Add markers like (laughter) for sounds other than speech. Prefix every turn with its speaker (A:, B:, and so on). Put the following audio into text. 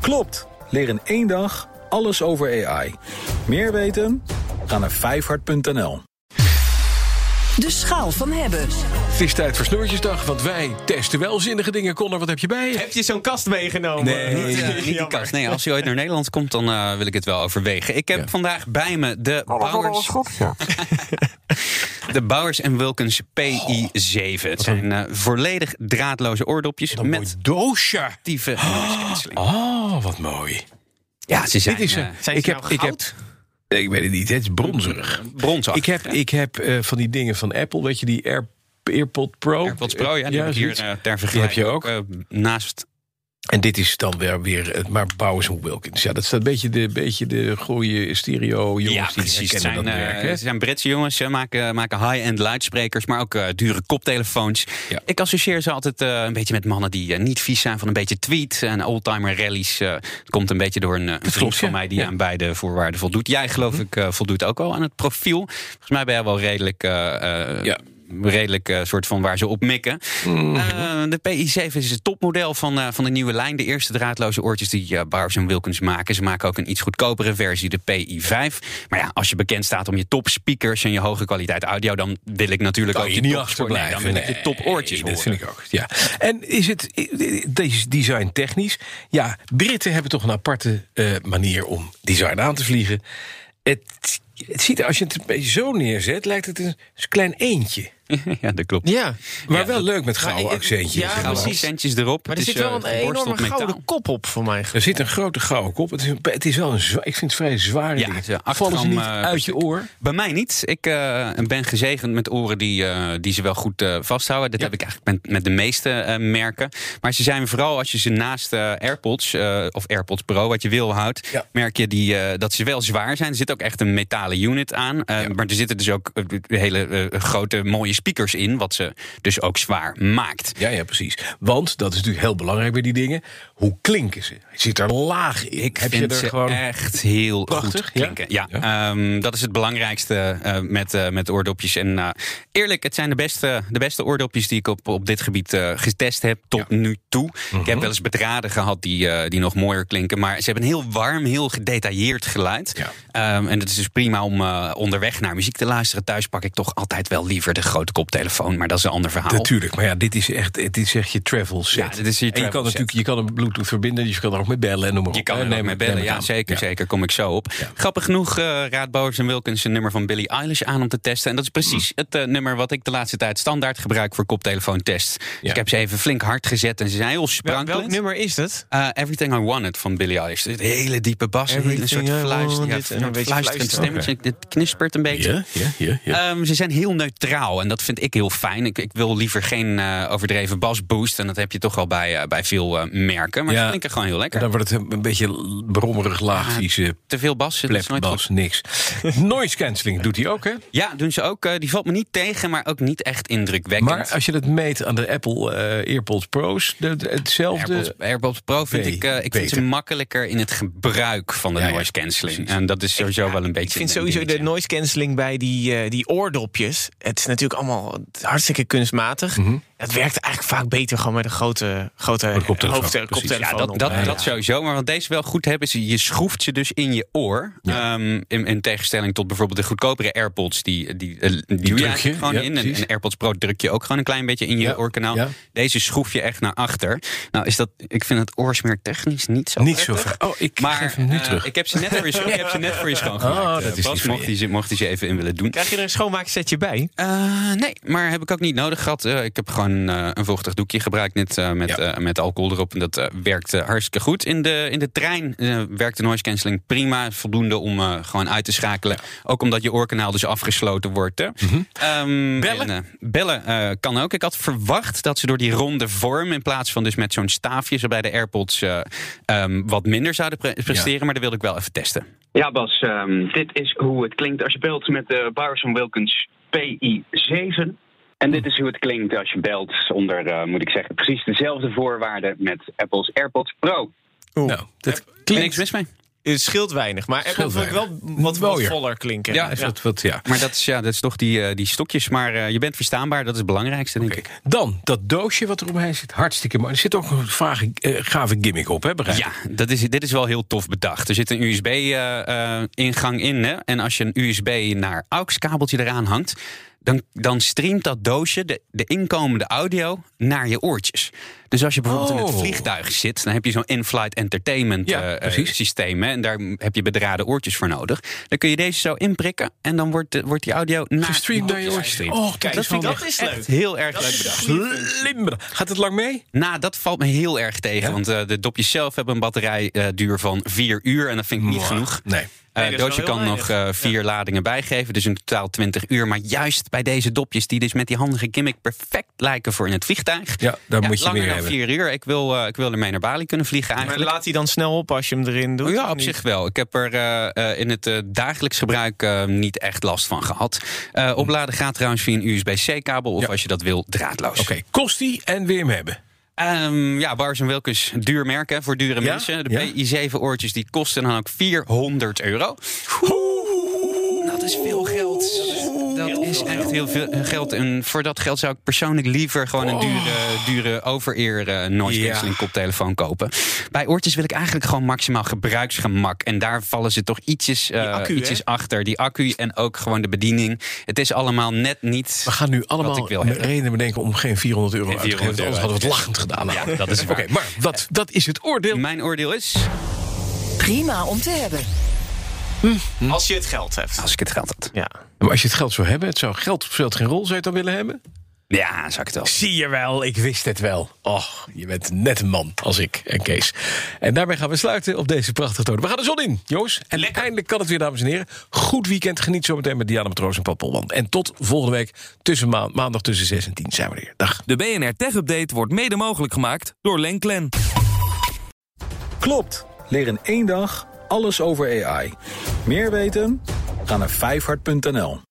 A: Klopt. Leer in één dag alles over AI. Meer weten? Ga naar vijfhart.nl.
B: De schaal van hebben.
C: Het is tijd voor Snoertjesdag, want wij testen wel zinnige dingen. Connor, wat heb je bij je?
D: Heb je zo'n kast meegenomen?
E: Nee, niet,
D: Ja,
E: eh, niet die
D: jammer.
E: kast. Nee, als hij ooit naar Nederland komt, dan eh, wil ik het wel overwegen. Ik heb vandaag bij me de Bowers, (laughs) de Bowers
C: Oh.
E: Wilkins PI7. Het zijn eh, volledig draadloze oordopjes met
C: doosje.
E: actieve
C: (gasps)
E: noise-canceling.
C: Oh, wat mooi.
E: Ja, ze zijn,
C: Dit is
E: eh,
C: een.
D: Zijn
C: ik,
D: ze
C: heb,
D: nou
C: ik heb.
D: goud?
C: Ik weet het niet, het is bronzerig.
E: bronsachtig.
C: Ik heb,
E: hè?
C: ik heb eh, van die dingen van Apple, weet je, die Air, AirPod Pro.
E: AirPods Pro, ja, die heb ik
C: zoiets.
E: hier eh, ter
C: Die heb
E: vergelijking
C: je ook.
E: eh, naast.
C: En dit is dan weer, weer het- maar Bowers en Wilkins. Ja, dat is een beetje de, beetje de goede stereo jongens die
E: Het
C: herkennen
E: zijn,
C: dat
E: eh,
C: werk. hè?
E: het zijn Britse jongens, ze maken, maken high-end luidsprekers, maar ook eh, dure koptelefoons.
C: Ja.
E: Ik associeer ze altijd eh, een beetje met mannen die eh, niet vies zijn van een beetje tweet en oldtimer rallies. eh, het komt een beetje door een, eh, een vriend
C: klopt,
E: van
C: ja.
E: mij die
C: Ja.
E: aan beide voorwaarden voldoet. Jij geloof
D: Mhm.
E: ik eh, voldoet ook wel aan het profiel. Volgens mij ben jij wel redelijk... eh, eh,
C: Ja.
E: Redelijk eh, soort van waar ze op mikken.
D: Mhm.
E: Eh, de PI7 is het topmodel van, eh, van de nieuwe lijn. De eerste draadloze oortjes die eh Bowers en Wilkins maken. Ze maken ook een iets goedkopere versie, de PI5. Maar ja, als je bekend staat om je topspeakers en je hoge kwaliteit audio, dan wil ik natuurlijk
C: Kan
E: ook
C: je
E: je
C: niet
E: top- Nee,
C: achterblijven.
E: dan wil ik je top oortjes
C: Nee, Dat
E: horen.
C: vind ik ook. Ja. En is het deze design technisch? Ja, Britten hebben toch een aparte eh, manier om design aan te vliegen. Het, het ziet, er- als je het een beetje zo neerzet, lijkt het een klein eentje.
E: (laughs) ja, dat klopt.
D: Ja,
C: Maar wel leuk met gouden
D: Maar, eh,
C: accentjes.
D: ja,
C: en
E: Gouden
C: zo.
D: precies.
E: accentjes erop.
D: maar er
E: Het
D: zit
E: is,
D: wel
E: eh,
D: een
E: geborsteld
D: enorme
E: metaal.
D: gouden kop op voor mij.
C: Er zit een grote gouden kop. Het is, een, het is wel een zwa- ik vind het vrij zwaar.
E: Ja,
C: ding.
E: het is een acht
C: Vallen ze
E: gram,
C: niet
E: eh,
C: uit je oor?
E: Bij mij niet. Ik eh, ben gezegend met oren die, eh, die ze wel goed eh, vasthouden. Dat heb ik eigenlijk met, met de meeste eh, merken. Maar ze zijn vooral als je ze naast eh, AirPods eh, of AirPods Pro, wat je wil, houdt,
C: Ja.
E: merk je die, eh, dat ze wel zwaar zijn. Er zit ook echt een metalen unit aan. Eh, Maar er zitten dus ook eh, hele eh, grote mooie speakers in, wat ze dus ook zwaar maakt.
C: Ja, ja, precies. Want dat is natuurlijk heel belangrijk bij die dingen. Hoe klinken ze? Zit er laag in? Heb je
E: vind
C: er
E: ze
C: gewoon.
E: echt heel
C: Prachtig,
E: goed
C: ja?
E: klinken. Ja, ehm, dat is het belangrijkste eh, met, eh, met oordopjes. En eh, eerlijk, het zijn de beste, de beste oordopjes die ik op, op dit gebied eh, getest heb tot nu toe. Ik
C: Mhm.
E: heb wel eens bedraden gehad die, eh, die nog mooier klinken. Maar ze hebben een heel warm, heel gedetailleerd geluid.
C: Ja.
E: Ehm, en dat is dus prima om eh, onderweg naar muziek te luisteren. Thuis pak ik toch altijd wel liever de grote koptelefoon. Maar dat is een ander verhaal.
C: Natuurlijk, maar ja, dit is echt, dit is echt je travel set.
E: Nou, Ja, dit is je
C: en je
E: travel
C: kan
E: set.
C: natuurlijk, je kan hem Bluetooth verbinden, dus je kan er ook mee bellen en noem maar
E: Je
C: op,
E: kan
C: hè.
E: er
C: Neem
E: ook mee
C: het- neem
E: bellen.
C: het
E: Ja,
C: aan.
E: zeker,
C: Ja.
E: zeker. Kom ik zo op. Grappig genoeg eh raadt Bowers en Wilkins een nummer van Billie Eilish aan om te testen. En dat is precies
C: Mm.
E: het eh, nummer wat ik de laatste tijd standaard gebruik voor koptelefoontests. Dus
C: Ja.
E: ik heb ze even flink hard gezet en ze zijn heel
D: Wel-
E: sprankelend.
D: Welk nummer is het?
E: Eh, Everything I Wanted van Billie Eilish. Er zit een hele diepe bas, een hele soort
D: Everything I
E: fluister, ja,
D: Wanted en
E: een
D: een
E: soort
D: beetje
E: fluisterend
D: fluisteren.
E: stemmetje. Het knispert een beetje.
C: Ja, ja, ja, ja.
E: Ehm, ze zijn heel neutraal en dat vind ik heel fijn. Ik, ik wil liever geen eh, overdreven basboost. En dat heb je toch al bij, eh, bij veel eh, merken. Maar
C: Ja.
E: ze klinken gewoon heel lekker.
C: Dan wordt het een een beetje brommerig laag, die ze
E: Te veel bas dat is nooit goed.
C: plekbas, niks. (laughs) Noise cancelling doet hij ook, hè?
E: Ja, doen ze ook. Eh, die valt me niet tegen, maar ook niet echt indrukwekkend.
C: Maar als je dat meet aan de Apple eh, AirPods Pro's, de- de- hetzelfde.
E: AirPods, AirPods Pro vind
C: Nee,
E: ik, eh, ik vind ze
C: beter.
E: makkelijker in het gebruik van de
C: Ja, ja,
E: noise cancelling.
C: precies.
E: En dat is sowieso wel een beetje.
D: Ik vind
E: een
D: sowieso de
E: dingetje.
D: noise cancelling bij die, eh, die oordopjes. Het is natuurlijk allemaal hartstikke kunstmatig.
E: Mhm.
D: Het werkt eigenlijk vaak beter gewoon met een grote, grote
C: de koptelefoon,
D: hoofd-
C: precies.
D: koptelefoon
E: Ja, dat,
D: op.
E: dat,
D: Ja.
E: dat sowieso. Maar wat deze wel goed hebben, is je schroeft ze dus in je oor. Ehm, in, in tegenstelling tot bijvoorbeeld de goedkopere AirPods. Die, die, eh, die, doe
C: druk
E: je
C: je,
E: eigenlijk gewoon
C: ja,
E: in. En,
C: precies.
E: en AirPods Pro druk je ook gewoon een klein beetje in je
C: Ja,
E: oorkanaal.
C: ja.
E: Deze schroef je echt naar achter. Nou, is dat, ik vind het oorsmeer technisch niet zo
C: Niet zo
E: prettig.
C: ver- Oh, ik
E: maar,
C: geef hem nu
E: eh,
C: terug.
E: Ik heb ze net voor je, scho- ik heb ze net voor je schoongemaakt.
C: Oh,
E: Eh,
C: dat is
E: Bas,
C: lief van
E: mocht
C: je.
E: hij, ze, mocht hij ze even in willen doen.
D: Krijg je er een schoonmaaksetje bij?
E: Eh, nee, maar heb ik ook niet nodig gehad. Eh, ik heb gewoon eh, een vochtig doekje gebruikt net, eh, met,
C: Ja.
E: eh, met alcohol erop. En dat eh, werkt eh, hartstikke goed. In de, in de trein eh, werkt de noise cancelling prima. Voldoende om eh, gewoon uit te schakelen. Ook omdat je oorkanaal dus afgesloten wordt. hè. Ehm,
C: Mhm. Bellen?
E: en, eh, bellen eh, kan ook. Ik had verwacht dat ze door die ronde vorm... in plaats van dus met zo'n staafje zo bij de AirPods... eh, ehm, wat minder zouden pre- presteren. Maar dat wilde ik wel even testen.
F: Ja, Bas, ehm, dit is hoe het klinkt als je belt met de Bowers Wilkins PI7. En dit is hoe het klinkt als je belt zonder, eh, moet ik zeggen, precies dezelfde voorwaarden met Apple's AirPods Pro.
C: Nou, dat
E: Er
C: klinkt
E: niks mis mee.
D: Het scheelt weinig, maar Apple
C: Scheelt
D: vond ik wel
C: weinig.
D: wat, wat
C: Mooier.
D: voller klinken.
C: Ja, is dat wat, ja.
E: Maar dat is, ja, dat is toch die, eh, die stokjes. Maar eh, je bent verstaanbaar, dat is het belangrijkste, denk ik.
C: Dan, dat doosje wat er omheen zit, hartstikke mooi. Er zit ook een vage, eh, gave gimmick op, hè, begrijp ik?
E: Ja, dat is, dit is wel heel tof bedacht. Er zit een USB-ingang eh, in. Hè? En als je een USB naar AUX-kabeltje eraan hangt... Dan, dan streamt dat doosje de, de inkomende audio naar je oortjes. Dus als je bijvoorbeeld in
C: Oh.
E: het vliegtuig zit... dan heb je zo'n in-flight entertainment
C: Ja,
E: eh, eh,
C: precies.
E: systeem. Hè? En daar heb je bedraden oortjes voor nodig. Dan kun je deze zo inprikken... en dan wordt, de- wordt die audio naar
C: Gestreamd naar je oortjes.
E: gestreamd.
C: Oh, kijk,
D: dat vind ik dat is leuk.
E: Echt heel erg leuk bedacht.
C: Slim bedacht. Gaat het lang mee?
E: Nou, dat valt me heel erg tegen. Want eh, de dopjes zelf hebben een batterijduur duur van 4 uur. En dat vind ik niet genoeg.
C: Nee.
E: Eh,
D: Nee, dat is
E: Doosje
D: wel heel
E: kan nog eh, vier ladingen bijgeven, dus in totaal 20 uur. Maar juist bij deze dopjes, die dus met die handige gimmick perfect lijken voor in het vliegtuig.
C: Ja, daar moet je
E: langer
C: meer
E: dan
C: hebben.
E: vier uur. Ik wil, eh, ik wil ermee naar Bali kunnen vliegen
D: Maar
E: eigenlijk.
D: laat hij dan snel op als je hem erin doet?
E: Oh Ja,
D: of
E: op
D: niet?
E: zich wel. Ik heb er eh, eh, in het eh, dagelijks gebruik eh, niet echt last van gehad. Eh, opladen gaat trouwens via een USB-C-kabel of
C: Ja.
E: als je dat wil, draadloos.
C: Oké, kost die en wil je hem hebben?
E: Ehm, ja, Bars Wilkens, duur merk hè, voor dure
C: Ja?
E: mensen. De
C: Ja.
E: PI7-oortjes die kosten dan ook 400 euro. Dat is veel geld. Dat is echt heel veel eh, geld. En voor dat geld zou ik persoonlijk liever gewoon een dure, dure over-ear eh, noise
C: Ja.
E: cancelling koptelefoon kopen. Bij oortjes wil ik eigenlijk gewoon maximaal gebruiksgemak. En daar vallen ze toch ietsjes, eh,
D: accu,
E: ietsjes
D: hè?
E: achter. Die accu en ook gewoon de bediening. Het is allemaal net niet.
C: We gaan nu allemaal
E: ik wil
C: met
E: hebben.
C: redenen bedenken om geen 400 euro uit te geven.
E: 400
C: want Anders
E: euro
C: hadden we het lachend gedaan.
E: Ja, dat is
C: Oké,
E: waar.
C: maar dat, dat is het oordeel.
E: Mijn oordeel is.
B: Prima om te hebben.
D: Als je het geld hebt.
E: Als ik het geld had.
D: Ja.
C: Maar als je het geld zou hebben, het zou geld speelt geen rol, zou je het dan willen hebben?
E: Ja, zou ik het wel.
C: Zie je wel, ik wist het wel. Och, je bent net een man als ik en Kees. En daarmee gaan we sluiten op deze prachtige toon. We gaan de zon in, Joost. En eindelijk kan het weer, dames en heren. Goed weekend. Geniet zometeen met Diana Matroos en Paul Polman. En tot volgende week, tussen maan- maandag tussen 6 en 10 zijn we er weer. Dag.
G: De BNR Tech Update wordt mede mogelijk gemaakt door Lenklen.
A: Klopt. Leer in één dag alles over AI. Meer weten? Ga naar vijfhart.nl.